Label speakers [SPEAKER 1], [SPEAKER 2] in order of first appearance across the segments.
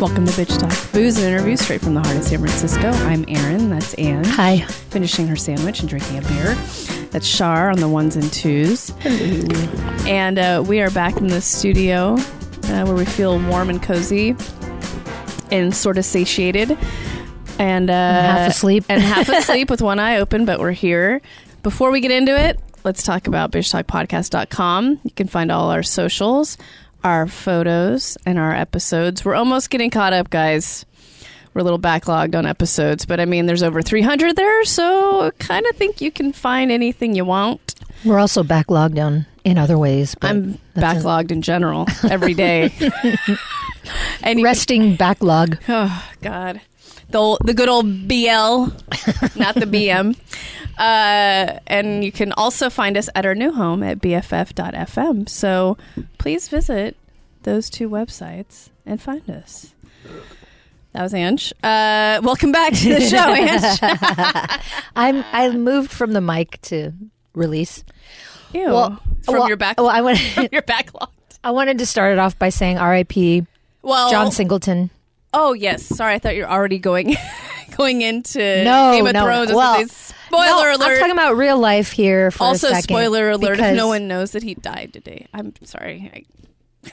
[SPEAKER 1] Welcome to Bitch Talk, booze and interviews straight from the heart of San Francisco. I'm Erin, that's Ann,
[SPEAKER 2] Hi.
[SPEAKER 1] finishing her sandwich and drinking a beer. That's Shar on the ones and twos. And uh, we are back in the studio uh, where we feel warm and cozy and sort of satiated and, uh,
[SPEAKER 2] half asleep.
[SPEAKER 1] and half asleep with one eye open, but we're here. Before we get into it, let's talk about bitchtalkpodcast.com. You can find all our socials, our photos, and our episodes. We're almost getting caught up, guys. We're a little backlogged on episodes, but I mean, there's over 300 there, so kind of think you can find anything you want.
[SPEAKER 2] We're also backlogged on in other ways. But
[SPEAKER 1] I'm
[SPEAKER 2] that's a-
[SPEAKER 1] backlogged in general every day. and you-
[SPEAKER 2] resting backlog.
[SPEAKER 1] Oh God, the ol- the good old BL, not the BM. Uh, and you can also find us at our new home at BFF.FM. So please visit those two websites and find us. That was Ange. Uh, welcome back to the show, Ange.
[SPEAKER 2] I'm I moved from the mic to release.
[SPEAKER 1] Ew. from
[SPEAKER 2] well-
[SPEAKER 1] your back,
[SPEAKER 2] Well, I want
[SPEAKER 1] from your backlog.
[SPEAKER 2] I wanted to start it off by saying R.I.P.
[SPEAKER 1] Well,
[SPEAKER 2] John Singleton.
[SPEAKER 1] Oh yes, sorry. I thought you were already going going into
[SPEAKER 2] No,
[SPEAKER 1] Uh, Game of
[SPEAKER 2] no.
[SPEAKER 1] Thrones. I was
[SPEAKER 2] Well,
[SPEAKER 1] gonna say, spoiler
[SPEAKER 2] No, I'm
[SPEAKER 1] alert.
[SPEAKER 2] talking about real life here. For a
[SPEAKER 1] also,
[SPEAKER 2] second,
[SPEAKER 1] spoiler alert if
[SPEAKER 2] because
[SPEAKER 1] no one knows that he died today. I'm sorry. I,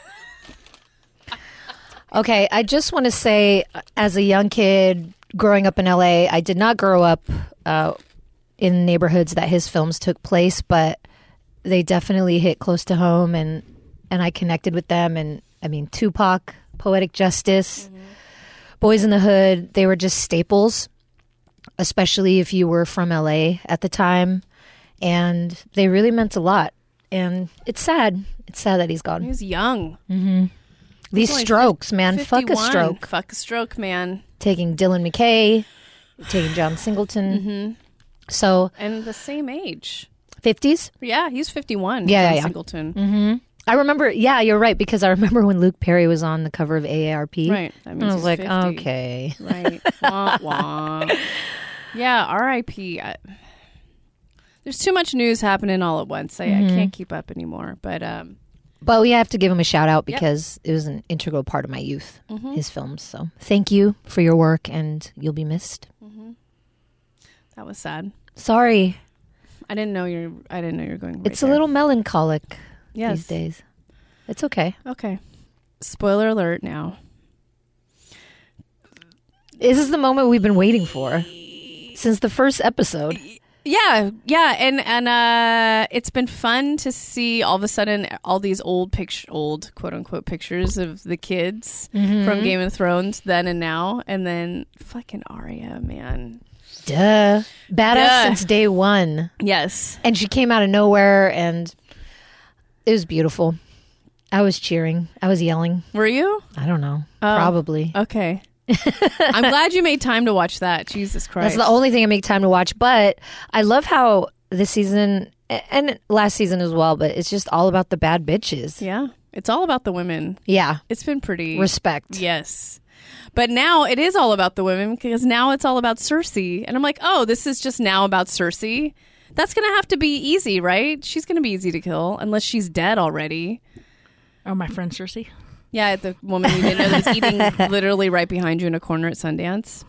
[SPEAKER 2] Okay, I just want to say, as a young kid growing up in LA, I did not grow up uh, in neighborhoods that his films took place, but they definitely hit close to home, and and I connected with them. And I mean, Tupac, Poetic Justice,
[SPEAKER 1] Mm-hmm.
[SPEAKER 2] Boys in the Hood, they were just staples, especially if you were from LA at the time, and they really meant a lot. And it's sad. It's sad that he's
[SPEAKER 1] he
[SPEAKER 2] gone.
[SPEAKER 1] was young.
[SPEAKER 2] These
[SPEAKER 1] Mm-hmm. only fif-
[SPEAKER 2] strokes, man. Fuck a
[SPEAKER 1] 51.
[SPEAKER 2] stroke.
[SPEAKER 1] Fuck a stroke, man.
[SPEAKER 2] taking Dylan McKay, taking John Singleton.
[SPEAKER 1] Mm-hmm.
[SPEAKER 2] So
[SPEAKER 1] And the same age.
[SPEAKER 2] 50s.
[SPEAKER 1] Yeah, he's 51.
[SPEAKER 2] Yeah,
[SPEAKER 1] John
[SPEAKER 2] yeah, yeah.
[SPEAKER 1] Singleton.
[SPEAKER 2] I remember, yeah, you're right, because I remember when Luke Perry was on the cover of AARP.
[SPEAKER 1] Right. That
[SPEAKER 2] And
[SPEAKER 1] means
[SPEAKER 2] Mm-hmm. I was
[SPEAKER 1] he's
[SPEAKER 2] like,
[SPEAKER 1] 50.
[SPEAKER 2] okay.
[SPEAKER 1] Right. wah, wah. Yeah, RIP. I, there's too much news happening all at once. I,
[SPEAKER 2] Mm-hmm.
[SPEAKER 1] I can't keep up anymore. But um,
[SPEAKER 2] But we have to give him a shout out because it was an integral part of my youth,
[SPEAKER 1] Mm-hmm.
[SPEAKER 2] his films. So thank you for your work, and you'll be missed.
[SPEAKER 1] that was sad.
[SPEAKER 2] Sorry.
[SPEAKER 1] I didn't know you're. I didn't know you're going. right
[SPEAKER 2] it's a
[SPEAKER 1] there.
[SPEAKER 2] little melancholic
[SPEAKER 1] Yes.
[SPEAKER 2] these days. It's okay.
[SPEAKER 1] Okay. Spoiler alert now.
[SPEAKER 2] This is the moment we've been waiting for since the first episode.
[SPEAKER 1] Yeah, yeah, and and uh, it's been fun to see all of a sudden all these old picture, old quote unquote pictures of the kids
[SPEAKER 2] Mm-hmm.
[SPEAKER 1] from Game of Thrones then and now, and then fucking Arya, man.
[SPEAKER 2] Duh. Badass
[SPEAKER 1] Duh.
[SPEAKER 2] since day one.
[SPEAKER 1] Yes,
[SPEAKER 2] and she came out of nowhere and it was beautiful i was cheering i was yelling
[SPEAKER 1] were you
[SPEAKER 2] i don't know probably
[SPEAKER 1] okay? I'm glad you made time to watch that. Jesus
[SPEAKER 2] that's
[SPEAKER 1] Christ,
[SPEAKER 2] the only thing i make time to watch but i love how this season a- and last season as well but it's just all about the bad bitches yeah,
[SPEAKER 1] yeah. It's all about the women. It's been pretty
[SPEAKER 2] respect
[SPEAKER 1] Yes. But now it is all about the women because now it's all about Cersei. And I'm like, oh, this is just now about Cersei. That's going to have to be easy, right? She's going to be easy to kill unless she's dead already.
[SPEAKER 3] Oh, my friend Cersei.
[SPEAKER 1] Yeah, the woman you didn't know that's eating literally right behind you in a corner at Sundance.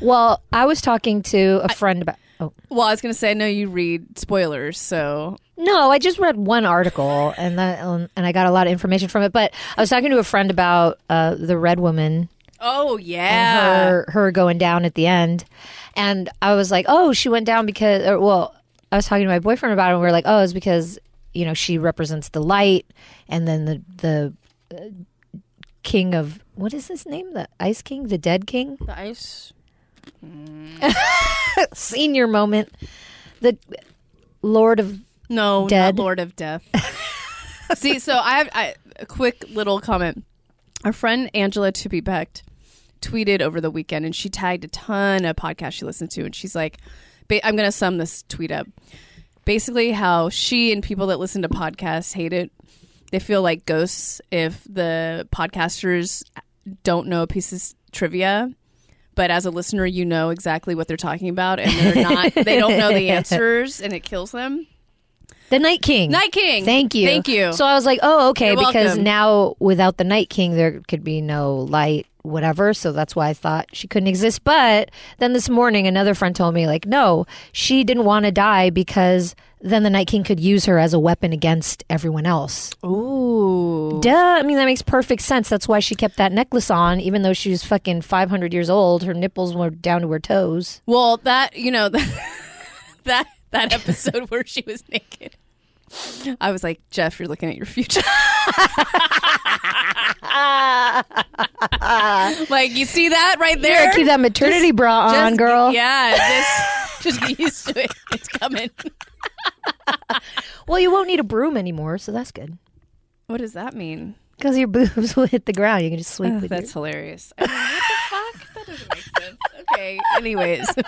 [SPEAKER 2] well i was talking to a friend about oh
[SPEAKER 1] Well, I was going to say, I know you read spoilers, so
[SPEAKER 2] No, I just read one article and that, um, and I got a lot of information from it. But I was talking to a friend about uh, the Red Woman
[SPEAKER 1] oh yeah,
[SPEAKER 2] and her her going down at the end. And I was like, oh, she went down because, or, well, I was talking to my boyfriend about it, and we were like, oh, it's because you know she represents the light, and then the the uh, king of what is his name, the Ice King, the Dead King,
[SPEAKER 1] the ice.
[SPEAKER 2] senior moment, the Lord of
[SPEAKER 1] No,
[SPEAKER 2] Dead.
[SPEAKER 1] not Lord of Death. See, so I have I, a quick little comment. Our friend Angela to be becked tweeted over the weekend, and she tagged a ton of podcasts she listened to, and she's like, ba- "I'm going to sum this tweet up." Basically, how she and people that listen to podcasts hate it. They feel like ghosts if the podcasters don't know a piece of s- trivia but as a listener you know exactly what they're talking about and they're not they don't know the answers and it kills them
[SPEAKER 2] The Night King.
[SPEAKER 1] Night King.
[SPEAKER 2] Thank you.
[SPEAKER 1] Thank you.
[SPEAKER 2] So I was like, oh, okay,
[SPEAKER 1] You're
[SPEAKER 2] because
[SPEAKER 1] welcome.
[SPEAKER 2] now without the Night King, there could be no light, whatever. So that's why I thought she couldn't exist. But then this morning, another friend told me, like, no, she didn't want to die because then the Night King could use her as a weapon against everyone else.
[SPEAKER 1] Ooh.
[SPEAKER 2] Duh. I mean, that makes perfect sense. That's why she kept that necklace on, even though she was fucking 500 years old. Her nipples were down to her toes.
[SPEAKER 1] Well, that you know that that episode where she was naked. I was like, Jeff, you're looking at your future. like you see that right there.
[SPEAKER 2] Keep that maternity bra
[SPEAKER 1] Just-
[SPEAKER 2] on, girl.
[SPEAKER 1] Yeah, just just get used to it. It's coming.
[SPEAKER 2] Well, you won't need a broom anymore, so that's good.
[SPEAKER 1] What does that mean?
[SPEAKER 2] Because your boobs will hit the ground. You can just sweep
[SPEAKER 1] Oh,
[SPEAKER 2] with
[SPEAKER 1] that's
[SPEAKER 2] your...
[SPEAKER 1] hilarious. I mean, what the fuck? That doesn't make sense. Okay. Anyways.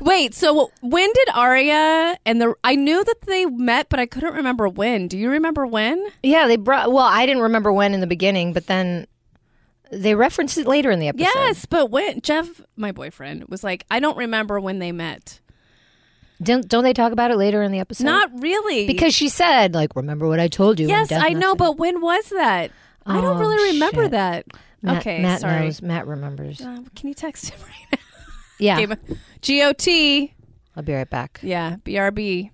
[SPEAKER 1] Wait, so when did Arya and the I knew that they met, but I couldn't remember when. Do you remember when?
[SPEAKER 2] Yeah, they brought. Well, I didn't remember when in the beginning, but then they referenced it later in the episode.
[SPEAKER 1] Yes, but when Jeff, my boyfriend, was like, I don't remember when they met.
[SPEAKER 2] Don't, don't they talk about it later in the episode?
[SPEAKER 1] Not really.
[SPEAKER 2] because she said, like, remember what I told you. when
[SPEAKER 1] Yes,
[SPEAKER 2] death
[SPEAKER 1] I know,
[SPEAKER 2] messed-
[SPEAKER 1] but when was that? I don't
[SPEAKER 2] Oh,
[SPEAKER 1] really remember
[SPEAKER 2] shit.
[SPEAKER 1] that.
[SPEAKER 2] Matt,
[SPEAKER 1] okay,
[SPEAKER 2] Matt
[SPEAKER 1] sorry.
[SPEAKER 2] knows. Matt remembers.
[SPEAKER 1] Uh, can you text him right
[SPEAKER 2] Yeah,
[SPEAKER 1] now? G O T.
[SPEAKER 2] I'll be right back.
[SPEAKER 1] Yeah, BRB.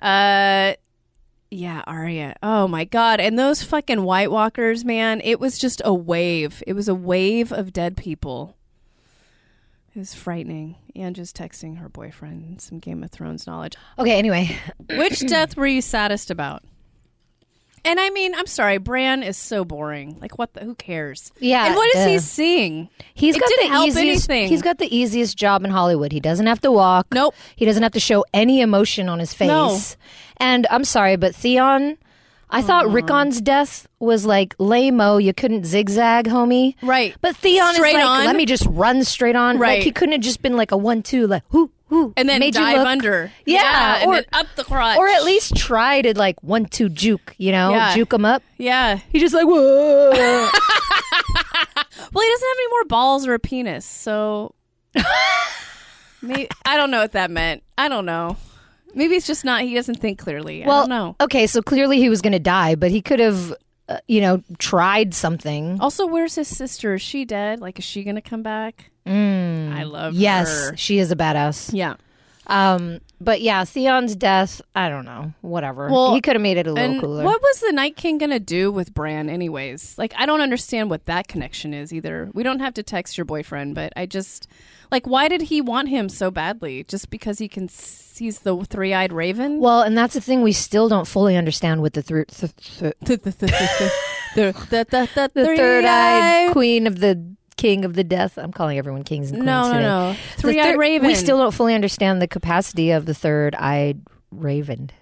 [SPEAKER 1] Uh yeah, Arya. Oh my god. And those fucking White Walkers, man, it was just a wave. It was a wave of dead people. It was frightening. And just texting her boyfriend some Game of Thrones knowledge.
[SPEAKER 2] Okay. Anyway,
[SPEAKER 1] Which death were you saddest about? And I mean, I'm sorry, Bran is so boring. Like what the who cares?
[SPEAKER 2] Yeah,
[SPEAKER 1] And what is he
[SPEAKER 2] duh.
[SPEAKER 1] seeing?
[SPEAKER 2] he's
[SPEAKER 1] It
[SPEAKER 2] got
[SPEAKER 1] didn't
[SPEAKER 2] the
[SPEAKER 1] help
[SPEAKER 2] easiest.
[SPEAKER 1] anything.
[SPEAKER 2] He's got the easiest job in Hollywood. He doesn't have to walk.
[SPEAKER 1] Nope.
[SPEAKER 2] He doesn't have to show any emotion on his face.
[SPEAKER 1] No.
[SPEAKER 2] And I'm sorry, but Theon, I thought Rickon's death was like lame-o. You couldn't zigzag, homie.
[SPEAKER 1] Right.
[SPEAKER 2] But Theon
[SPEAKER 1] Straight
[SPEAKER 2] is like,
[SPEAKER 1] on.
[SPEAKER 2] let me just run straight on.
[SPEAKER 1] Right.
[SPEAKER 2] Like he couldn't have just been like a one-two, like whoo whoo,
[SPEAKER 1] And then
[SPEAKER 2] made you
[SPEAKER 1] dive
[SPEAKER 2] look-
[SPEAKER 1] under.
[SPEAKER 2] Yeah,
[SPEAKER 1] and
[SPEAKER 2] or-
[SPEAKER 1] then up the crotch.
[SPEAKER 2] or at least try to like one-two juke. You know,
[SPEAKER 1] Yeah.
[SPEAKER 2] juke him up.
[SPEAKER 1] Yeah.
[SPEAKER 2] He's just like whoa.
[SPEAKER 1] Well, he doesn't have any more balls or a penis, so May I don't know what that meant. I don't know. Maybe it's just not. He doesn't think clearly. I don't know.
[SPEAKER 2] Okay, so clearly he was going to die, but he could have, uh, you know, tried something.
[SPEAKER 1] Also, where's his sister? Is she dead? Like, is she gonna come back? Mm, I love
[SPEAKER 2] yes,
[SPEAKER 1] her.
[SPEAKER 2] she is a badass.
[SPEAKER 1] Yeah.
[SPEAKER 2] Um, but yeah, Theon's death. I don't know. Whatever.
[SPEAKER 1] Well,
[SPEAKER 2] he could have made it a little
[SPEAKER 1] And
[SPEAKER 2] cooler.
[SPEAKER 1] what was the Night King gonna do with Bran, anyways? Like, I don't understand what that connection is either. We don't have to text your boyfriend, but I just like, why did he want him so badly? Just because he can? s- He's the three-eyed raven.
[SPEAKER 2] Well, and that's the thing we still don't fully understand with the thir- th- th-
[SPEAKER 1] the, the, the, the, the, the, the, the,
[SPEAKER 2] the
[SPEAKER 1] three eye-
[SPEAKER 2] third-eyed queen of the king of the death. I'm calling everyone kings and queens
[SPEAKER 1] No, no,
[SPEAKER 2] today.
[SPEAKER 1] no.
[SPEAKER 2] The
[SPEAKER 1] Three eyed
[SPEAKER 2] thir-
[SPEAKER 1] raven.
[SPEAKER 2] We still don't fully understand the capacity of the third-eyed raven.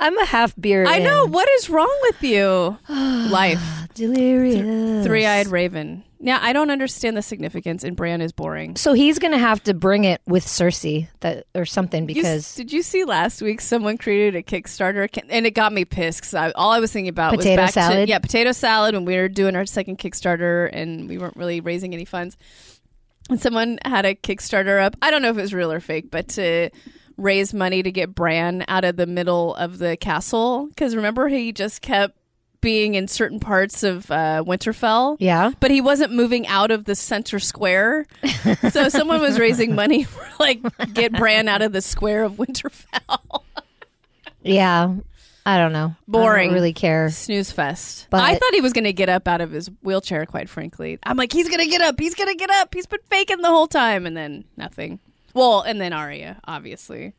[SPEAKER 2] I'm a half beard.
[SPEAKER 1] I know.
[SPEAKER 2] and
[SPEAKER 1] What is wrong with you? Life.
[SPEAKER 2] delirious.
[SPEAKER 1] Three eyed raven. Yeah, I don't understand the significance, and Bran is boring.
[SPEAKER 2] So he's gonna have to bring it with Cersei that or something
[SPEAKER 1] You s-
[SPEAKER 2] because
[SPEAKER 1] did you see last week someone created a Kickstarter account- and it got me pissed because I, all I was thinking about
[SPEAKER 2] Potato
[SPEAKER 1] was back
[SPEAKER 2] salad?
[SPEAKER 1] to yeah potato salad when we were doing our second Kickstarter and we weren't really raising any funds. And someone had a Kickstarter up. I don't know if it was real or fake, but to raise money to get Bran out of the middle of the castle because remember he just kept being in certain parts of uh, Winterfell
[SPEAKER 2] yeah.
[SPEAKER 1] but he wasn't moving out of the center square. so someone was raising money for like get Bran out of the square of Winterfell.
[SPEAKER 2] Yeah. I don't know. I
[SPEAKER 1] Boring.
[SPEAKER 2] don't really care.
[SPEAKER 1] Snooze fest.
[SPEAKER 2] But-
[SPEAKER 1] I thought he was going to get up out of his wheelchair. Quite frankly, I'm like, he's going to get up. He's going to get up. He's been faking the whole time, and then nothing. Well, and then Arya, obviously.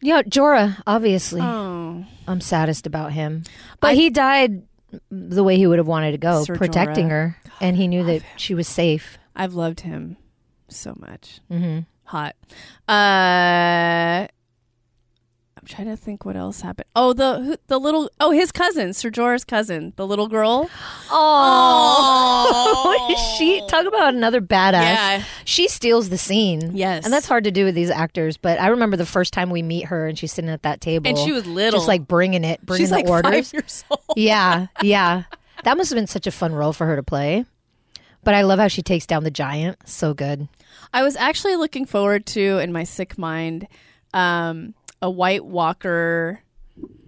[SPEAKER 2] Yeah, Jorah, obviously.
[SPEAKER 1] Oh,
[SPEAKER 2] I'm saddest about him. But he died the way he would have wanted to go,
[SPEAKER 1] Sir
[SPEAKER 2] protecting
[SPEAKER 1] Jorah.
[SPEAKER 2] her. And he knew that she was safe.
[SPEAKER 1] I've loved him so much.
[SPEAKER 2] Mm-hmm.
[SPEAKER 1] Hot. Uh. I'm trying to think what else happened. Oh, the who- the little oh his cousin, Sir Jorah's cousin, the little girl.
[SPEAKER 2] Oh, she talk about another badass.
[SPEAKER 1] Yeah.
[SPEAKER 2] She steals the scene.
[SPEAKER 1] Yes.
[SPEAKER 2] and that's hard to do with these actors. But I remember the first time we meet her, and she's sitting at that table,
[SPEAKER 1] And she was little.
[SPEAKER 2] just like bringing it, bringing
[SPEAKER 1] She's
[SPEAKER 2] the
[SPEAKER 1] like
[SPEAKER 2] orders.
[SPEAKER 1] five years old.
[SPEAKER 2] yeah, yeah. That must have been such a fun role for her to play. But I love how she takes down the giant. So good.
[SPEAKER 1] I was actually looking forward to, in my sick mind, um, a White Walker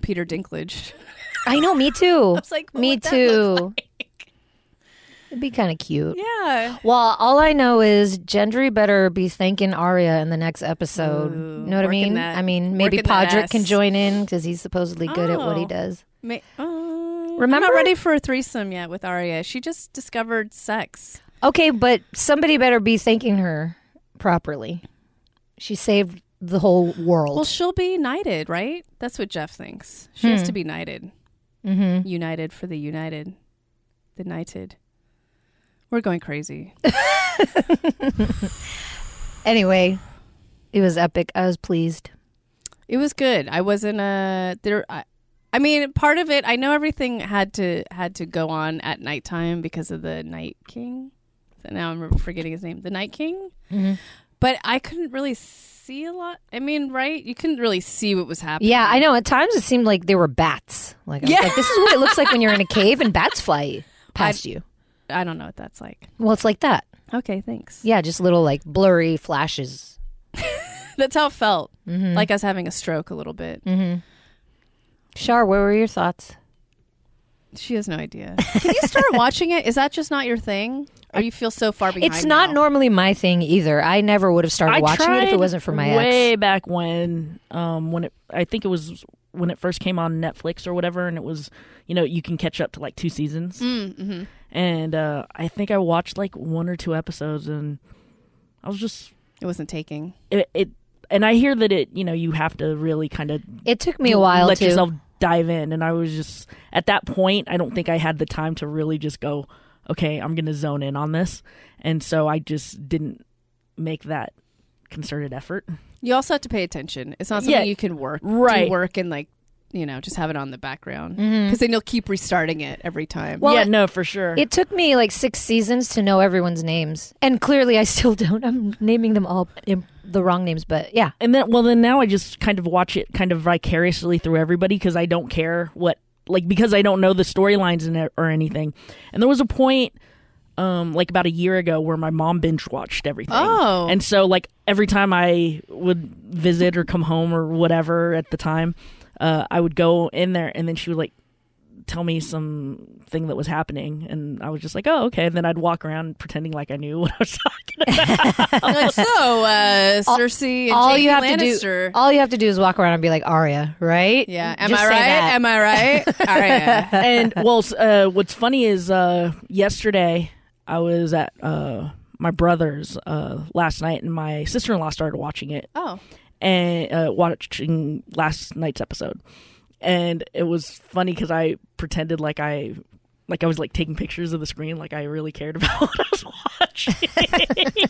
[SPEAKER 1] Peter Dinklage.
[SPEAKER 2] I know, me too.
[SPEAKER 1] was like, what
[SPEAKER 2] me
[SPEAKER 1] would that
[SPEAKER 2] too.
[SPEAKER 1] look
[SPEAKER 2] It'd be kind of cute.
[SPEAKER 1] Yeah.
[SPEAKER 2] Well, all I know is Gendry better be thanking Arya in the next episode.
[SPEAKER 1] Ooh,
[SPEAKER 2] know what I
[SPEAKER 1] working
[SPEAKER 2] mean?
[SPEAKER 1] that-
[SPEAKER 2] I mean, maybe
[SPEAKER 1] working that
[SPEAKER 2] Podrick
[SPEAKER 1] ass.
[SPEAKER 2] can join in because he's supposedly good at what he
[SPEAKER 1] Oh.
[SPEAKER 2] does.
[SPEAKER 1] Ma- oh, I'm
[SPEAKER 2] Remember-
[SPEAKER 1] not ready for a threesome yet with Arya. She just discovered sex.
[SPEAKER 2] Okay, but somebody better be thanking her properly. She saved the whole world.
[SPEAKER 1] Well, she'll be knighted, right? That's what Jeff thinks. She
[SPEAKER 2] Hmm.
[SPEAKER 1] has to be knighted.
[SPEAKER 2] mm-hmm.
[SPEAKER 1] United for the united. The knighted. We're going crazy.
[SPEAKER 2] Anyway, it was epic. I was pleased.
[SPEAKER 1] It was good. I wasn't uh there. I, I mean, part of it. I know everything had to had to go on at nighttime because of the Night King. So now I'm forgetting his name. The Night King.
[SPEAKER 2] Mm-hmm.
[SPEAKER 1] But I couldn't really see a lot. I mean, right? You couldn't really see what was happening.
[SPEAKER 2] Yeah, I know. At times it seemed like there were bats. Like, I was
[SPEAKER 1] Yeah.
[SPEAKER 2] like this is what it looks like when you're in a cave and bats fly past you.
[SPEAKER 1] I don't know what that's like.
[SPEAKER 2] Well, it's like that.
[SPEAKER 1] Okay, thanks.
[SPEAKER 2] Yeah, just little like blurry flashes.
[SPEAKER 1] That's how it felt.
[SPEAKER 2] Mm-hmm.
[SPEAKER 1] Like I was having a stroke a little bit.
[SPEAKER 2] Mm. Shar, what were your thoughts?
[SPEAKER 1] She has no idea. Can you start watching it? Is that just not your thing? Or you feel so far behind?
[SPEAKER 2] It's not
[SPEAKER 1] now?
[SPEAKER 2] normally my thing either. I never would have started
[SPEAKER 3] I
[SPEAKER 2] watching
[SPEAKER 3] tried
[SPEAKER 2] it if it wasn't for my
[SPEAKER 3] way
[SPEAKER 2] ex.
[SPEAKER 3] back when, um, when it I think it was when it first came on Netflix or whatever, and it was you know you can catch up to like two seasons,
[SPEAKER 1] Mm-hmm.
[SPEAKER 3] and uh, I think I watched like one or two episodes, and I was just
[SPEAKER 1] It wasn't taking.
[SPEAKER 3] it, it and I hear that it you know you have to really kind of
[SPEAKER 2] It took me a while
[SPEAKER 3] let
[SPEAKER 2] to.
[SPEAKER 3] yourself dive in, and I was just at that point I don't think I had the time to really just go okay I'm gonna zone in on this, and so I just didn't make that concerted effort.
[SPEAKER 1] You also have to pay attention. It's not something
[SPEAKER 3] Yeah.
[SPEAKER 1] you can work
[SPEAKER 3] Right.
[SPEAKER 1] do work and like you know just have it on the background because then you'll keep restarting it every time.
[SPEAKER 2] Mm-hmm. Well,
[SPEAKER 3] yeah,
[SPEAKER 2] it-
[SPEAKER 3] no, for sure.
[SPEAKER 2] it took me like six seasons to know everyone's names, and clearly I still don't. I'm naming them all im- the wrong names, but yeah.
[SPEAKER 3] and then, well, then now I just kind of watch it kind of vicariously through everybody because I don't care what, like, because I don't know the storylines in it or anything. And there was a point, um, like about a year ago where my mom binge watched everything.
[SPEAKER 1] Oh.
[SPEAKER 3] And so, like, every time I would visit or come home or whatever at the time, uh, I would go in there and then she would, like, tell me some thing that was happening and i was just like oh okay and then i'd walk around pretending like i knew what i was talking about
[SPEAKER 1] Like, so uh, Cersei and
[SPEAKER 2] all
[SPEAKER 1] Jaime
[SPEAKER 2] you have
[SPEAKER 1] Lannister.
[SPEAKER 2] to do, all you have to do, is walk around and be like Arya, right?
[SPEAKER 1] yeah, am
[SPEAKER 2] Just
[SPEAKER 1] I
[SPEAKER 2] say
[SPEAKER 1] right?
[SPEAKER 2] that.
[SPEAKER 1] Am I right? All right. yeah.
[SPEAKER 3] and well, s- uh, what's funny is uh, yesterday I was at uh, my brother's uh, last night, and my sister in law started watching it
[SPEAKER 1] Oh,
[SPEAKER 3] and uh, watching last night's episode, and it was funny because I pretended like I. Like I was like taking pictures of the screen, like I really cared about what I was watching.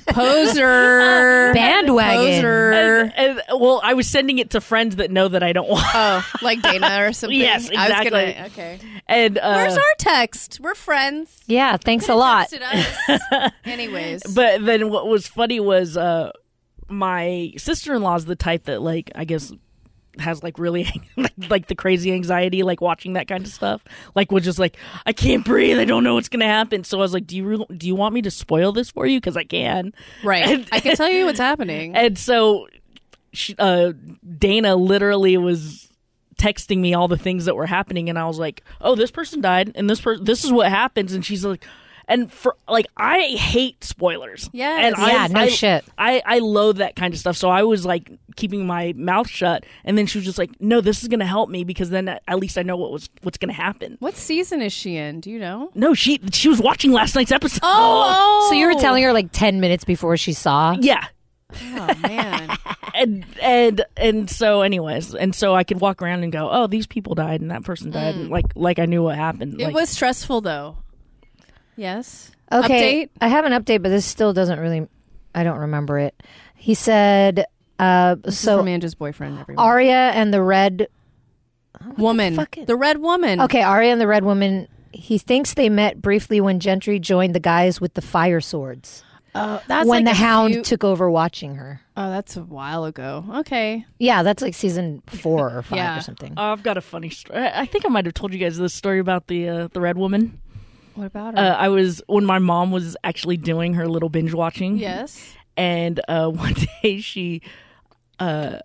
[SPEAKER 1] poser,
[SPEAKER 2] Bandwagon.
[SPEAKER 1] poser.
[SPEAKER 3] And- well, I was sending it to friends that know that I don't watch.
[SPEAKER 1] Oh, like Dana or something. I
[SPEAKER 3] Yes,
[SPEAKER 1] was
[SPEAKER 3] exactly.
[SPEAKER 1] gonna, okay.
[SPEAKER 3] And uh,
[SPEAKER 1] Where's our text? We're friends.
[SPEAKER 2] Yeah, thanks a lot.
[SPEAKER 1] Texted us. Anyways,
[SPEAKER 3] But then what was funny was uh my sister-in-law's the type that like I guess has like really like, like the crazy anxiety like watching that kind of stuff. Like was just like I can't breathe. I don't know what's going to happen. So I was like, "Do you re- do you want me to spoil this for you cuz I can?"
[SPEAKER 1] right. I can tell you what's happening.
[SPEAKER 3] And so she, uh Dana literally was texting me all the things that were happening and I was like, "Oh, this person died and this person this is what happens." And she's like and for like I hate spoilers.
[SPEAKER 1] Yes.
[SPEAKER 3] And I-
[SPEAKER 2] Yeah, no
[SPEAKER 3] I-
[SPEAKER 2] shit.
[SPEAKER 3] I, I loathe that kind of stuff. So I was like keeping my mouth shut, and then she was just like, "No, this is gonna help me because then at at least I know what was what's gonna happen."
[SPEAKER 1] What season is she in? Do you know?
[SPEAKER 3] No, she she was watching last night's episode.
[SPEAKER 1] Oh,
[SPEAKER 2] So you were telling her like ten minutes before she saw.
[SPEAKER 3] yeah,
[SPEAKER 1] Oh man.
[SPEAKER 3] and and and so anyways, and so I could walk around and go, "Oh, these people died and that person died," and like like I knew what happened.
[SPEAKER 1] Mm. It
[SPEAKER 3] like,
[SPEAKER 1] was stressful though. Yes.
[SPEAKER 2] Okay,
[SPEAKER 1] Update?
[SPEAKER 2] I have an update, but this still doesn't really. I don't remember it. He said, uh,
[SPEAKER 1] So
[SPEAKER 2] "So
[SPEAKER 1] Amanda's boyfriend, everyone.
[SPEAKER 2] Arya and the Red."
[SPEAKER 1] woman.
[SPEAKER 2] fuck is-
[SPEAKER 1] the red
[SPEAKER 3] Hmm.
[SPEAKER 1] woman.
[SPEAKER 2] Okay, Arya and the Red Woman. He thinks they met briefly when Gentry joined the guys with the fire swords
[SPEAKER 1] Oh, that's
[SPEAKER 2] when
[SPEAKER 1] like
[SPEAKER 2] the
[SPEAKER 1] a
[SPEAKER 2] Hound
[SPEAKER 1] few-
[SPEAKER 2] took over watching her.
[SPEAKER 1] oh, that's a while ago. Okay.
[SPEAKER 2] Yeah, that's like season four or five
[SPEAKER 1] Yeah.
[SPEAKER 2] or something.
[SPEAKER 3] Oh, I've got a funny story. I I think I might have told you guys this story about the uh, the red woman.
[SPEAKER 1] What about
[SPEAKER 3] uh,
[SPEAKER 1] her?
[SPEAKER 3] I was when my mom was actually doing her little binge watching.
[SPEAKER 1] yes.
[SPEAKER 3] and uh, one day she, uh,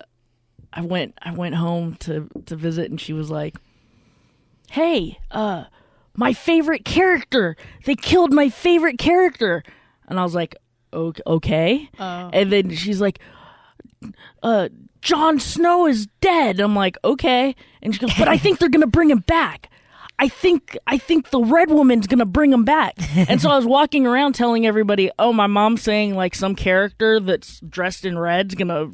[SPEAKER 3] I went I went home to to visit, and she was like, "Hey, uh, my favorite character. They killed my favorite character," and I was like, "Ok- "Okay."
[SPEAKER 1] Oh.
[SPEAKER 3] And then she's like, uh, Jon Snow is dead. I'm like, okay. And she goes, but I think they're gonna bring him back. I think I think the red woman's gonna bring him back. And so I was walking around telling everybody, oh, my mom's saying like some character that's dressed in red's gonna.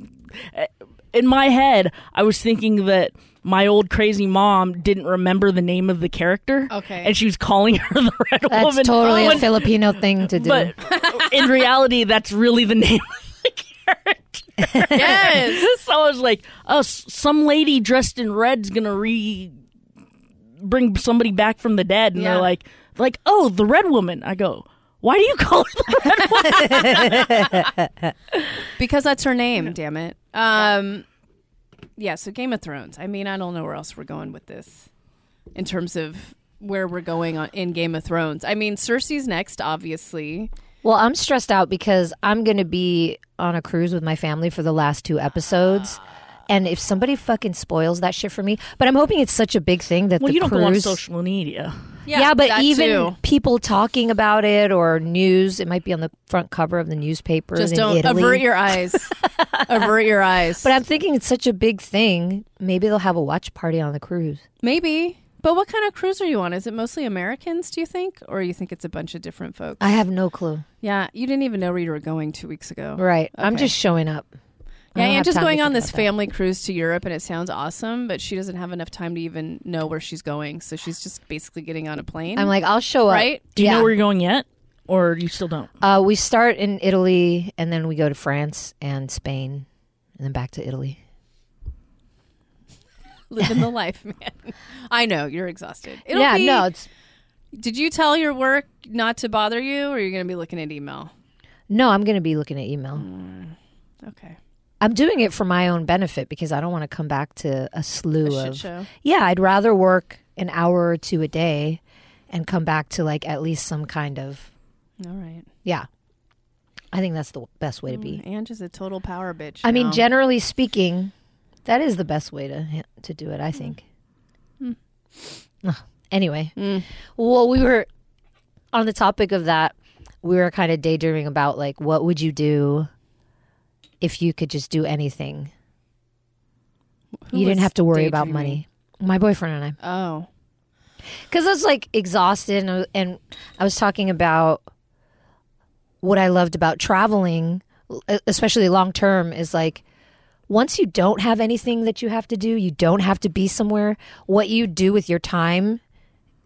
[SPEAKER 3] eh, In my head, I was thinking that my old crazy mom didn't remember the name of the character.
[SPEAKER 1] Okay.
[SPEAKER 3] And she was calling her the red
[SPEAKER 2] That's
[SPEAKER 3] woman.
[SPEAKER 2] totally
[SPEAKER 3] when
[SPEAKER 2] a Filipino thing to do.
[SPEAKER 3] but in reality, that's really the name of the character.
[SPEAKER 1] Yes.
[SPEAKER 3] so I was like, oh, s- some lady dressed in red's gonna re bring somebody back from the dead, and
[SPEAKER 1] Yeah.
[SPEAKER 3] they're like, like, oh, the red woman. I go, why do you call her the red woman?
[SPEAKER 1] because that's her name. Damn it. Um, yeah. So Game of Thrones. I mean, I don't know where else we're going with this, in terms of where we're going on in Game of Thrones. I mean, Cersei's next, obviously.
[SPEAKER 2] well, I'm stressed out because I'm going to be on a cruise with my family for the last two episodes. And if somebody fucking spoils that shit for me, but I'm hoping it's such a big thing that
[SPEAKER 3] Well,
[SPEAKER 2] the
[SPEAKER 3] you don't
[SPEAKER 2] cruise,
[SPEAKER 3] go on social media.
[SPEAKER 2] Yeah, but
[SPEAKER 1] that
[SPEAKER 2] even
[SPEAKER 1] too.
[SPEAKER 2] people talking about it or news, it might be on the front cover of the newspaper.
[SPEAKER 1] just
[SPEAKER 2] in
[SPEAKER 1] don't
[SPEAKER 2] Italy.
[SPEAKER 1] avert your eyes. avert your eyes.
[SPEAKER 2] But I'm thinking it's such a big thing. Maybe they'll have a watch party on the cruise.
[SPEAKER 1] Maybe. But what kind of cruise are you on? Is it mostly Americans, do you think? Or you think it's a bunch of different folks?
[SPEAKER 2] I have no clue.
[SPEAKER 1] yeah, you didn't even know where you were going two weeks ago.
[SPEAKER 2] Right. I'm
[SPEAKER 1] Okay.
[SPEAKER 2] just showing up. I
[SPEAKER 1] Yeah,
[SPEAKER 2] don't have
[SPEAKER 1] Angie's
[SPEAKER 2] time to
[SPEAKER 1] going on
[SPEAKER 2] think
[SPEAKER 1] this
[SPEAKER 2] about that.
[SPEAKER 1] family cruise to Europe, and it sounds awesome, but she doesn't have enough time to even know where she's going. So she's just basically getting on a plane.
[SPEAKER 2] I'm like, I'll show up.
[SPEAKER 1] Right?
[SPEAKER 3] Do you
[SPEAKER 2] yeah.
[SPEAKER 3] know where you're going yet, or you still don't?
[SPEAKER 2] uh, we start in Italy and then we go to France and Spain and then back to Italy.
[SPEAKER 1] living the life, man. I know, you're exhausted. It'll
[SPEAKER 2] yeah,
[SPEAKER 1] be-
[SPEAKER 2] no, it's
[SPEAKER 1] Did you tell your work not to bother you, or you're going to be looking at email?
[SPEAKER 2] no, I'm going to be looking at email.
[SPEAKER 1] Okay.
[SPEAKER 2] I'm doing it for my own benefit because I don't want to come back to a slew
[SPEAKER 1] A shit
[SPEAKER 2] of
[SPEAKER 1] show.
[SPEAKER 2] Yeah, I'd rather work an hour or two a day and come back to like at least some kind of
[SPEAKER 1] All right.
[SPEAKER 2] yeah. I think that's the best way to be.
[SPEAKER 1] Angie's a total power bitch.
[SPEAKER 2] I mean,
[SPEAKER 1] now.
[SPEAKER 2] generally speaking, that is the best way to to do
[SPEAKER 1] Hmm.
[SPEAKER 2] it. I think. Ugh. Anyway,
[SPEAKER 1] Hmm.
[SPEAKER 2] well, we were on the topic of that. We were kind of daydreaming about like, what would you do if you could just do anything?
[SPEAKER 1] Who
[SPEAKER 2] you didn't
[SPEAKER 1] was
[SPEAKER 2] have to worry about
[SPEAKER 1] daydreaming?
[SPEAKER 2] money. My boyfriend and I.
[SPEAKER 1] Oh.
[SPEAKER 2] because I was like exhausted, and I, and I was talking about what I loved about traveling, e- especially long term, is like once you don't have anything that you have to do, you don't have to be somewhere. What you do with your time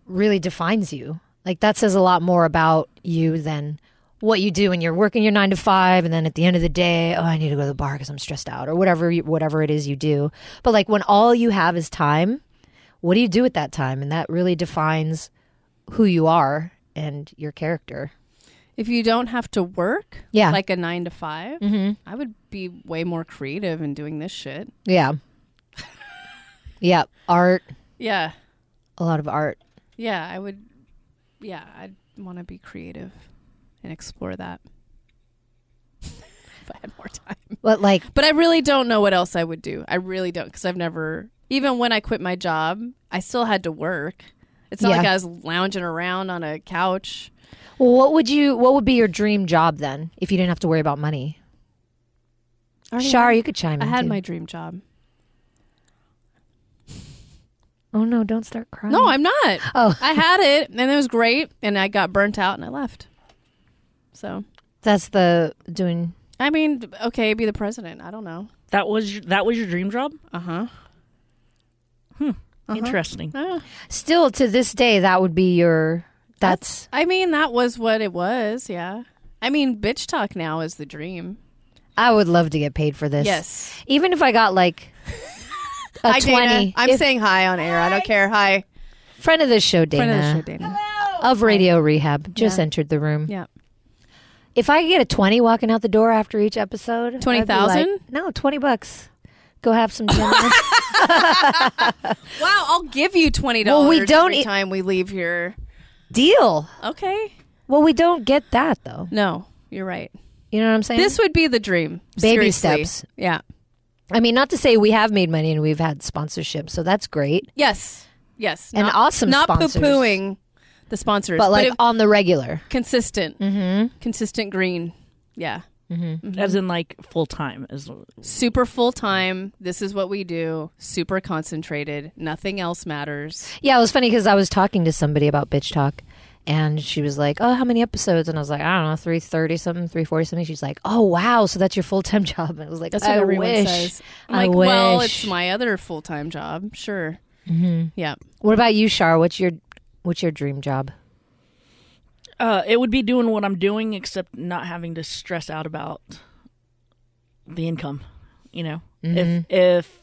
[SPEAKER 2] really defines you. Like that says a lot more about you than what you do when you're working your nine to five, and then at the end of the day, oh, I need to go to the bar because I'm stressed out, or whatever you, whatever it is you do. But like when all you have is time, what do you do with that time? And that really defines who you are and your character.
[SPEAKER 1] If you don't have to work,
[SPEAKER 2] Yeah. Mm-hmm.
[SPEAKER 1] like a nine to 5 I would be way more creative in doing this shit.
[SPEAKER 2] Yeah. yeah. Art,
[SPEAKER 1] Yeah,
[SPEAKER 2] a lot of art.
[SPEAKER 1] yeah, I would. Yeah, I'd want to be creative and explore that if I had more time.
[SPEAKER 2] But like,
[SPEAKER 1] But I really don't know what else I would do. I really don't because I've never. Even when I quit my job, I still had to work. It's not
[SPEAKER 2] Yeah.
[SPEAKER 1] like I was lounging around on a couch.
[SPEAKER 2] well, what would you, what would be your dream job then if you didn't have to worry about money? Shar, you could chime
[SPEAKER 1] I
[SPEAKER 2] in.
[SPEAKER 1] had
[SPEAKER 2] too.
[SPEAKER 1] my dream job.
[SPEAKER 2] Oh no, don't start crying.
[SPEAKER 1] No, I'm not.
[SPEAKER 2] Oh.
[SPEAKER 1] I had it and it was great and I got burnt out and I left. So,
[SPEAKER 2] That's the doing.
[SPEAKER 1] I mean, okay, be the president. I don't know.
[SPEAKER 3] That was your, that was your dream job.
[SPEAKER 1] Uh-huh.
[SPEAKER 2] Uh-huh.
[SPEAKER 3] Interesting.
[SPEAKER 2] Still to this day, that would be your. That's
[SPEAKER 1] I mean, that was what it was, yeah. I mean, bitch talk now is the dream.
[SPEAKER 2] I would love to get paid for this.
[SPEAKER 1] Yes.
[SPEAKER 2] Even if I got like a
[SPEAKER 1] hi, Dana.
[SPEAKER 2] twenty.
[SPEAKER 1] I'm
[SPEAKER 2] If-
[SPEAKER 1] saying hi on air. I don't care. Hi.
[SPEAKER 2] friend of the show, Dana.
[SPEAKER 1] Friend of the show, Dana.
[SPEAKER 2] of Radio Rehab just
[SPEAKER 1] Yeah.
[SPEAKER 2] entered the room.
[SPEAKER 1] Yeah.
[SPEAKER 2] If I could get a 20 walking out the door after each episode, I'd be
[SPEAKER 1] 20,000?
[SPEAKER 2] like, No, 20 bucks. Go have some dinner.
[SPEAKER 1] Wow, I'll give you $20
[SPEAKER 2] Well, we don't
[SPEAKER 1] every
[SPEAKER 2] e-
[SPEAKER 1] time we leave here.
[SPEAKER 2] Deal.
[SPEAKER 1] Okay.
[SPEAKER 2] Well, we don't get that though.
[SPEAKER 1] No, you're right.
[SPEAKER 2] You know what I'm saying?
[SPEAKER 1] This would be the dream.
[SPEAKER 2] Baby
[SPEAKER 1] Seriously.
[SPEAKER 2] steps.
[SPEAKER 1] Yeah.
[SPEAKER 2] I mean, not to say we have made money and we've had sponsorships, so that's great.
[SPEAKER 1] Yes. Yes.
[SPEAKER 2] And
[SPEAKER 1] Not-
[SPEAKER 2] awesome
[SPEAKER 1] Not
[SPEAKER 2] sponsors.
[SPEAKER 1] poo-pooing the sponsors,
[SPEAKER 2] But like
[SPEAKER 1] if-
[SPEAKER 2] on the regular.
[SPEAKER 1] consistent, mm-hmm. consistent green. Yeah.
[SPEAKER 2] Mm-hmm.
[SPEAKER 3] as in like full time. As
[SPEAKER 1] Super full time. This is what we do. Super concentrated. Nothing else matters.
[SPEAKER 2] Yeah, it was funny because I was talking to somebody about bitch talk, and she was like, "Oh, how many episodes?" And I was like, "I don't know, three thirty something, three forty something." She's like, "Oh, wow, so that's your full time job?" And I was like,
[SPEAKER 1] That's what
[SPEAKER 2] "I
[SPEAKER 1] everyone
[SPEAKER 2] wish."
[SPEAKER 1] says. I'm
[SPEAKER 2] I
[SPEAKER 1] like, well,
[SPEAKER 2] wish. Mm-hmm.
[SPEAKER 1] it's my other full time job. Sure. Yeah.
[SPEAKER 2] What about you, Shar? What's your what's your dream job?
[SPEAKER 3] uh, it would be doing what I'm doing, except not having to stress out about the income. You know,
[SPEAKER 1] Mm-hmm.
[SPEAKER 3] if if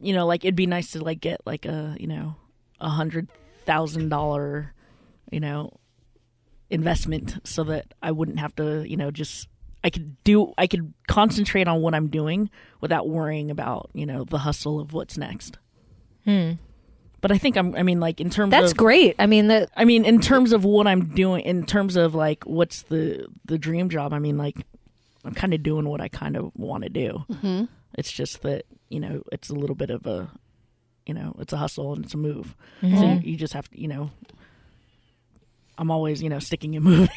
[SPEAKER 3] you know, like it'd be nice to like get like a you know a hundred thousand dollar you know investment so that I wouldn't have to you know just I could do I could concentrate on what I'm doing without worrying about you know the hustle of what's next.
[SPEAKER 1] Mm-hmm.
[SPEAKER 3] But I think I'm. I mean, like in terms
[SPEAKER 2] That's
[SPEAKER 3] of
[SPEAKER 2] great. I mean, the
[SPEAKER 3] I mean, in terms of what I'm doing, in terms of like what's the the dream job. I mean, like I'm kind of doing what I kind of want to do. Mm-hmm. It's just that you know, it's a little bit of a, you know, it's a hustle and it's a move. So you, you just have to, you know, I'm always you know sticking and moving,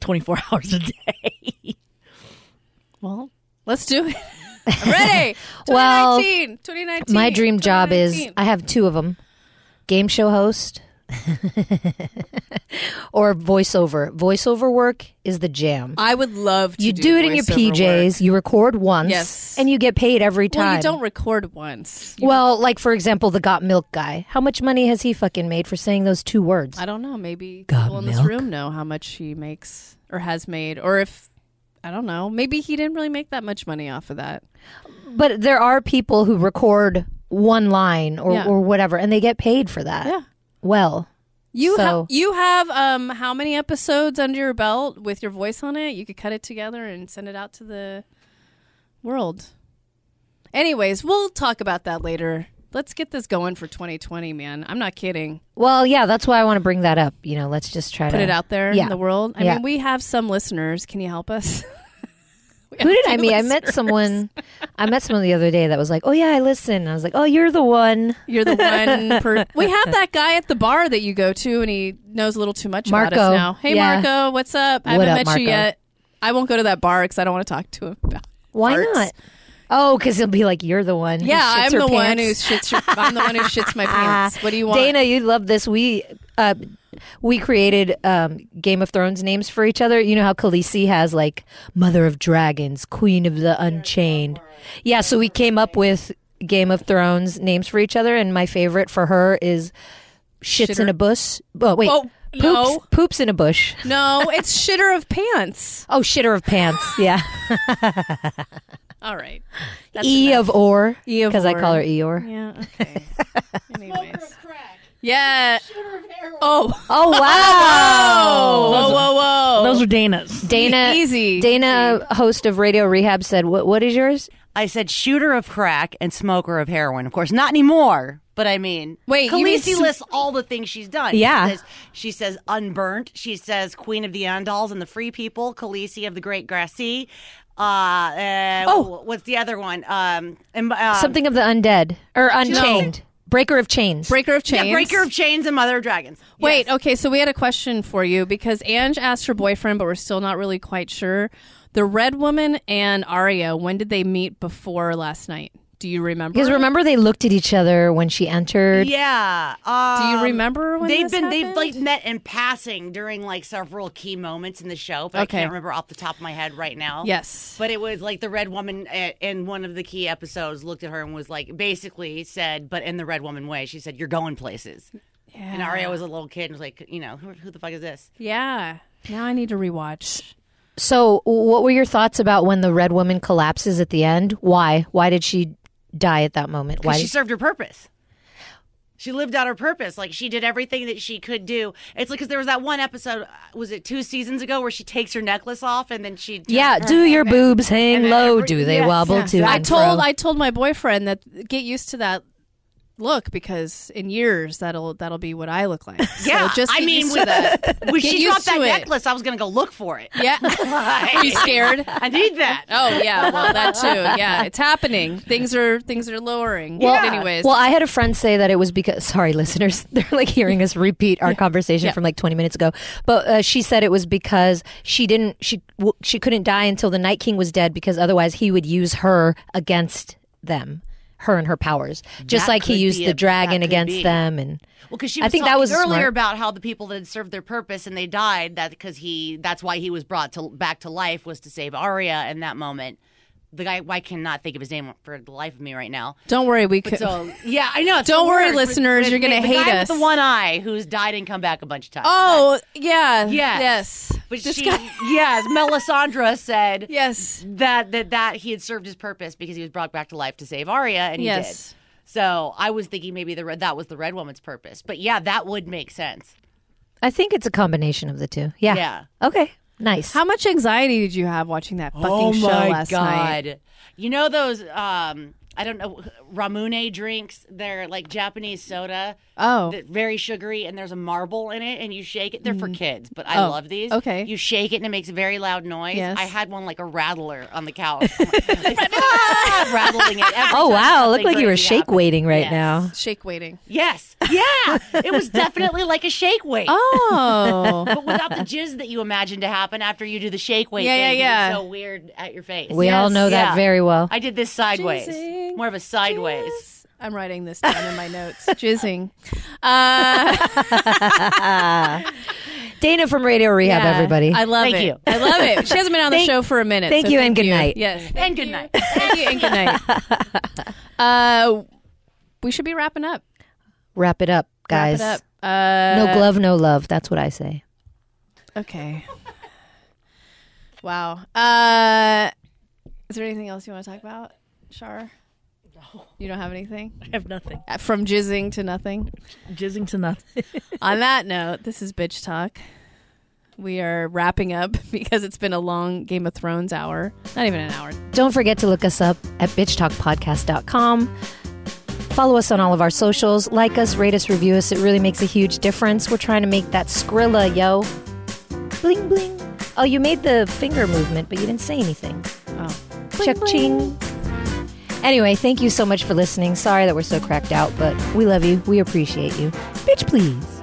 [SPEAKER 3] 24 hours a day.
[SPEAKER 1] Well, let's do it. I'm ready.
[SPEAKER 2] Well,
[SPEAKER 1] 2019, 2019.
[SPEAKER 2] my dream job is
[SPEAKER 1] 2019.
[SPEAKER 2] I have two of them: game show host or voiceover. Voiceover work is the jam.
[SPEAKER 1] I would love Uh, to
[SPEAKER 2] You do it in your
[SPEAKER 1] voiceover
[SPEAKER 2] PJs.
[SPEAKER 1] work.
[SPEAKER 2] You record once,
[SPEAKER 1] Yes.
[SPEAKER 2] and you get paid every time.
[SPEAKER 1] Well, you don't record once. You-
[SPEAKER 2] Well, like for example, the Got Milk guy. How much money has he fucking made for saying those two words?
[SPEAKER 1] I don't know. Maybe
[SPEAKER 2] Got
[SPEAKER 1] people in this
[SPEAKER 2] milk?
[SPEAKER 1] room know how much he makes or has made, or if I don't know. Maybe he didn't really make that much money off of that.
[SPEAKER 2] But there are people who record one line or,
[SPEAKER 1] Yeah.
[SPEAKER 2] or whatever, and they get paid for that.
[SPEAKER 1] Yeah.
[SPEAKER 2] Well,
[SPEAKER 1] You
[SPEAKER 2] So-
[SPEAKER 1] have you have um how many episodes under your belt with your voice on it? You could cut it together and send it out to the world. Anyways, we'll talk about that later. Let's get this going for 2020, man. I'm not kidding.
[SPEAKER 2] well, yeah. That's why I want to bring that up. You know, let's just try
[SPEAKER 1] Put
[SPEAKER 2] to
[SPEAKER 1] it out there
[SPEAKER 2] Yeah.
[SPEAKER 1] in the world. I
[SPEAKER 2] Yeah.
[SPEAKER 1] mean, we have some listeners. Can you help us? We
[SPEAKER 2] Who
[SPEAKER 1] have
[SPEAKER 2] did
[SPEAKER 1] two
[SPEAKER 2] I meet? I met
[SPEAKER 1] listeners.
[SPEAKER 2] someone. I met someone the other day that was like, "Oh yeah, I listen." And I was like, "Oh, you're the one,
[SPEAKER 1] You're the one. Per- we have that guy at the bar that you go to, and he knows a little too much about us
[SPEAKER 2] Marco.
[SPEAKER 1] now. Hey,
[SPEAKER 2] Yeah.
[SPEAKER 1] Marco, what's up? I haven't
[SPEAKER 2] What up,
[SPEAKER 1] met
[SPEAKER 2] Marco?
[SPEAKER 1] you yet. I won't go to that bar because I don't want to talk to him about.
[SPEAKER 2] Why
[SPEAKER 1] farts.
[SPEAKER 2] not?" Oh, because he'll be like, "You're the one." who
[SPEAKER 1] Yeah,
[SPEAKER 2] shits
[SPEAKER 1] I'm
[SPEAKER 2] her
[SPEAKER 1] the one
[SPEAKER 2] pants."
[SPEAKER 1] who shits. Your, I'm the one who shits my pants. What do you want?
[SPEAKER 2] Dana, you love this. We uh, we created um, Game of Thrones names for each other. You know how Khaleesi has like Mother of Dragons, Queen of the Unchained. Yeah, so we came up with Game of Thrones names for each other, and my favorite for her is shits in
[SPEAKER 1] Shitter.
[SPEAKER 2] a bush. Oh wait,
[SPEAKER 1] Oh,
[SPEAKER 2] poops
[SPEAKER 1] no.
[SPEAKER 2] poops in a bush.
[SPEAKER 1] No, it's shitter of pants.
[SPEAKER 2] Oh, shitter of pants. Yeah,
[SPEAKER 1] All right.
[SPEAKER 2] E of or
[SPEAKER 1] E of
[SPEAKER 2] because I call
[SPEAKER 1] or.
[SPEAKER 2] her Eeyore.
[SPEAKER 1] Yeah. Okay. Anyways. Yeah. Oh.
[SPEAKER 2] Oh wow.
[SPEAKER 1] Whoa. Whoa. Whoa.
[SPEAKER 3] Those are Dana's.
[SPEAKER 2] Dana,
[SPEAKER 1] Easy.
[SPEAKER 2] Dana, host of Radio Rehab, said, "What? What is yours?
[SPEAKER 4] I said shooter of crack and smoker of heroin. Of course, not anymore. But I mean,
[SPEAKER 1] Wait, you mean
[SPEAKER 4] Khaleesi
[SPEAKER 1] sm-
[SPEAKER 4] lists all the things she's done.
[SPEAKER 2] Yeah.
[SPEAKER 4] she says, she says unburnt. She says queen of the Andals and the free people. Khaleesi of the great grassy. Uh, uh,
[SPEAKER 2] Oh.
[SPEAKER 4] what's the other one? Um, and, uh,
[SPEAKER 2] Something of the undead or unchained, breaker of chains."
[SPEAKER 1] Breaker of
[SPEAKER 4] yeah,
[SPEAKER 1] chains.
[SPEAKER 4] breaker of chains and mother of dragons.
[SPEAKER 1] Wait, oh,
[SPEAKER 4] Yes.
[SPEAKER 1] okay, so we had a question for you because Ange asked her boyfriend, but we're still not really quite sure. The Red Woman and Arya, when did they meet before last night? Do you remember?
[SPEAKER 2] because remember they looked at each other when she entered.
[SPEAKER 4] Yeah.
[SPEAKER 1] Do you
[SPEAKER 4] um,
[SPEAKER 1] remember when
[SPEAKER 4] They've
[SPEAKER 1] this
[SPEAKER 4] been they've
[SPEAKER 1] happened?
[SPEAKER 4] like met in passing during like several key moments in the show, but
[SPEAKER 1] Okay.
[SPEAKER 4] I can't remember off the top of my head right now.
[SPEAKER 1] Yes.
[SPEAKER 4] But it was like the red woman a- in one of the key episodes looked at her and was like, basically said, but in the red woman way, she said, "You're going places." And Arya was a little kid and was like, you know, who, who the fuck is this?
[SPEAKER 1] Yeah. Now I need to rewatch.
[SPEAKER 2] So, what were your thoughts about when the red woman collapses at the end? Why? Why did she die at that moment? Why?
[SPEAKER 4] Because she served her purpose. She lived out her purpose. Like she did everything that she could do. It's like because there was that one episode, uh, was it two seasons ago, where she takes her necklace off and then she
[SPEAKER 2] yeah, do your boobs hang
[SPEAKER 4] And
[SPEAKER 2] low?
[SPEAKER 4] every-
[SPEAKER 2] do they
[SPEAKER 4] yes,
[SPEAKER 2] wobble
[SPEAKER 4] yes.
[SPEAKER 2] to
[SPEAKER 1] I
[SPEAKER 2] and
[SPEAKER 1] told
[SPEAKER 2] fro?
[SPEAKER 1] I told my boyfriend that get used to that look because in years that'll that'll be what I look like.
[SPEAKER 4] Yeah,
[SPEAKER 1] so just
[SPEAKER 4] I
[SPEAKER 1] get
[SPEAKER 4] mean,
[SPEAKER 1] used to
[SPEAKER 4] with-
[SPEAKER 1] that.
[SPEAKER 4] When
[SPEAKER 1] Get
[SPEAKER 4] she
[SPEAKER 1] used
[SPEAKER 4] dropped that
[SPEAKER 1] to it.
[SPEAKER 4] necklace, I was gonna go look for it.
[SPEAKER 1] Yeah, are you scared?
[SPEAKER 4] I need that.
[SPEAKER 1] Oh yeah, well that too. Yeah, it's happening. Things are things are lowering. Well, anyways,
[SPEAKER 2] Well, I had a friend say that it was because, sorry, listeners, they're like hearing us repeat our conversation
[SPEAKER 1] Yeah.
[SPEAKER 2] from like 20 minutes ago. But uh, she said it was because she didn't, she, w- she couldn't die until the Night King was dead because otherwise he would use her against them, her and her powers. Just
[SPEAKER 4] That
[SPEAKER 2] like he
[SPEAKER 4] could
[SPEAKER 2] used
[SPEAKER 4] be
[SPEAKER 2] the
[SPEAKER 4] a-
[SPEAKER 2] dragon
[SPEAKER 4] that could
[SPEAKER 2] against
[SPEAKER 4] be.
[SPEAKER 2] them. And
[SPEAKER 4] Well, because she
[SPEAKER 2] I
[SPEAKER 4] was
[SPEAKER 2] think that
[SPEAKER 4] talking
[SPEAKER 2] was
[SPEAKER 4] earlier
[SPEAKER 2] smart.
[SPEAKER 4] about how the people that had served their purpose and they died that because he that's why he was brought to back to life was to save Arya in that moment. The guy, I cannot think of his name for the life of me right now.
[SPEAKER 1] don't worry. We could.
[SPEAKER 4] So yeah, I know. it's
[SPEAKER 1] Don't
[SPEAKER 4] the
[SPEAKER 1] worry,
[SPEAKER 4] worst with-
[SPEAKER 1] listeners,
[SPEAKER 4] with-
[SPEAKER 1] you're gonna
[SPEAKER 4] the
[SPEAKER 1] hate
[SPEAKER 4] guy
[SPEAKER 1] us.
[SPEAKER 4] With the one eye who's died and come back a bunch of times.
[SPEAKER 1] oh yeah,
[SPEAKER 4] Yes.
[SPEAKER 1] yes,
[SPEAKER 4] but
[SPEAKER 1] this
[SPEAKER 4] she,
[SPEAKER 1] guy-
[SPEAKER 4] yes, Melisandre said
[SPEAKER 1] yes,
[SPEAKER 4] that that that he had served his purpose because he was brought back to life to save Arya, and he
[SPEAKER 1] yes.
[SPEAKER 4] did. So I was thinking maybe the red, that was the Red Woman's purpose, but yeah, that would make sense.
[SPEAKER 2] I think it's a combination of the two. Yeah.
[SPEAKER 4] Yeah.
[SPEAKER 2] Okay. Nice.
[SPEAKER 1] How much anxiety did you have watching that
[SPEAKER 4] Oh
[SPEAKER 1] fucking show last night?
[SPEAKER 4] You know those um I don't know Ramune drinks, they're like Japanese soda.
[SPEAKER 1] Oh.
[SPEAKER 4] that- very sugary and there's a marble in it and you shake it. They're for kids, but I
[SPEAKER 1] Oh,
[SPEAKER 4] love these.
[SPEAKER 1] okay.
[SPEAKER 4] You shake it and it makes a very loud noise.
[SPEAKER 1] Yes.
[SPEAKER 4] I had one like a rattler on the couch. Ah, rattling it. every
[SPEAKER 2] oh,
[SPEAKER 4] time
[SPEAKER 2] wow.
[SPEAKER 4] something
[SPEAKER 2] Look like you were
[SPEAKER 4] crazy
[SPEAKER 2] shake
[SPEAKER 4] happened.
[SPEAKER 2] waiting right
[SPEAKER 4] Yes.
[SPEAKER 2] now.
[SPEAKER 1] Shake waiting.
[SPEAKER 4] Yes. Yeah. It was definitely like a shake weight.
[SPEAKER 1] Oh.
[SPEAKER 4] But without the jizz that you imagine to happen after you do the shake weight
[SPEAKER 1] Yeah, yeah,
[SPEAKER 4] thing,
[SPEAKER 1] yeah.
[SPEAKER 4] It's so weird at your face.
[SPEAKER 2] We all
[SPEAKER 1] Yes.
[SPEAKER 2] know that
[SPEAKER 4] Yeah.
[SPEAKER 2] very well.
[SPEAKER 4] I did this sideways.
[SPEAKER 1] Jizzing.
[SPEAKER 4] More of a sideways.
[SPEAKER 1] Yes. I'm writing this down in my notes. Jizzing. Uh,
[SPEAKER 2] Dana from Radio Rehab,
[SPEAKER 1] yeah.
[SPEAKER 2] everybody.
[SPEAKER 1] I love
[SPEAKER 4] Thank
[SPEAKER 1] it.
[SPEAKER 4] you.
[SPEAKER 1] I love it. She hasn't been on the
[SPEAKER 2] Thank-
[SPEAKER 1] show for a minute.
[SPEAKER 2] thank
[SPEAKER 1] so
[SPEAKER 2] you and good night.
[SPEAKER 1] Yes.
[SPEAKER 4] And good night.
[SPEAKER 1] Thank you and good night. Uh, we should be wrapping up.
[SPEAKER 2] Wrap it up, guys.
[SPEAKER 1] Wrap it up. Uh,
[SPEAKER 2] No glove, no love. That's what I say.
[SPEAKER 1] Okay. Wow. Uh, is there anything else you want to talk about, Shar? No. You don't have anything?
[SPEAKER 3] I have nothing.
[SPEAKER 1] Uh, From jizzing to nothing?
[SPEAKER 3] Jizzing to nothing.
[SPEAKER 1] On that note, this is Bitch Talk. We are wrapping up because it's been a long Game of Thrones hour. Not even an hour.
[SPEAKER 2] Don't forget to look us up at bitchtalkpodcast.com. Follow us on all of our socials. Like us, rate us, review us. It really makes a huge difference. We're trying to make that Skrilla, yo. Bling, bling. Oh, you made the finger movement, but you didn't say anything.
[SPEAKER 1] Oh.
[SPEAKER 2] Check ching. Anyway, thank you so much for listening. Sorry that we're so cracked out, but we love you. We appreciate you. Bitch, please.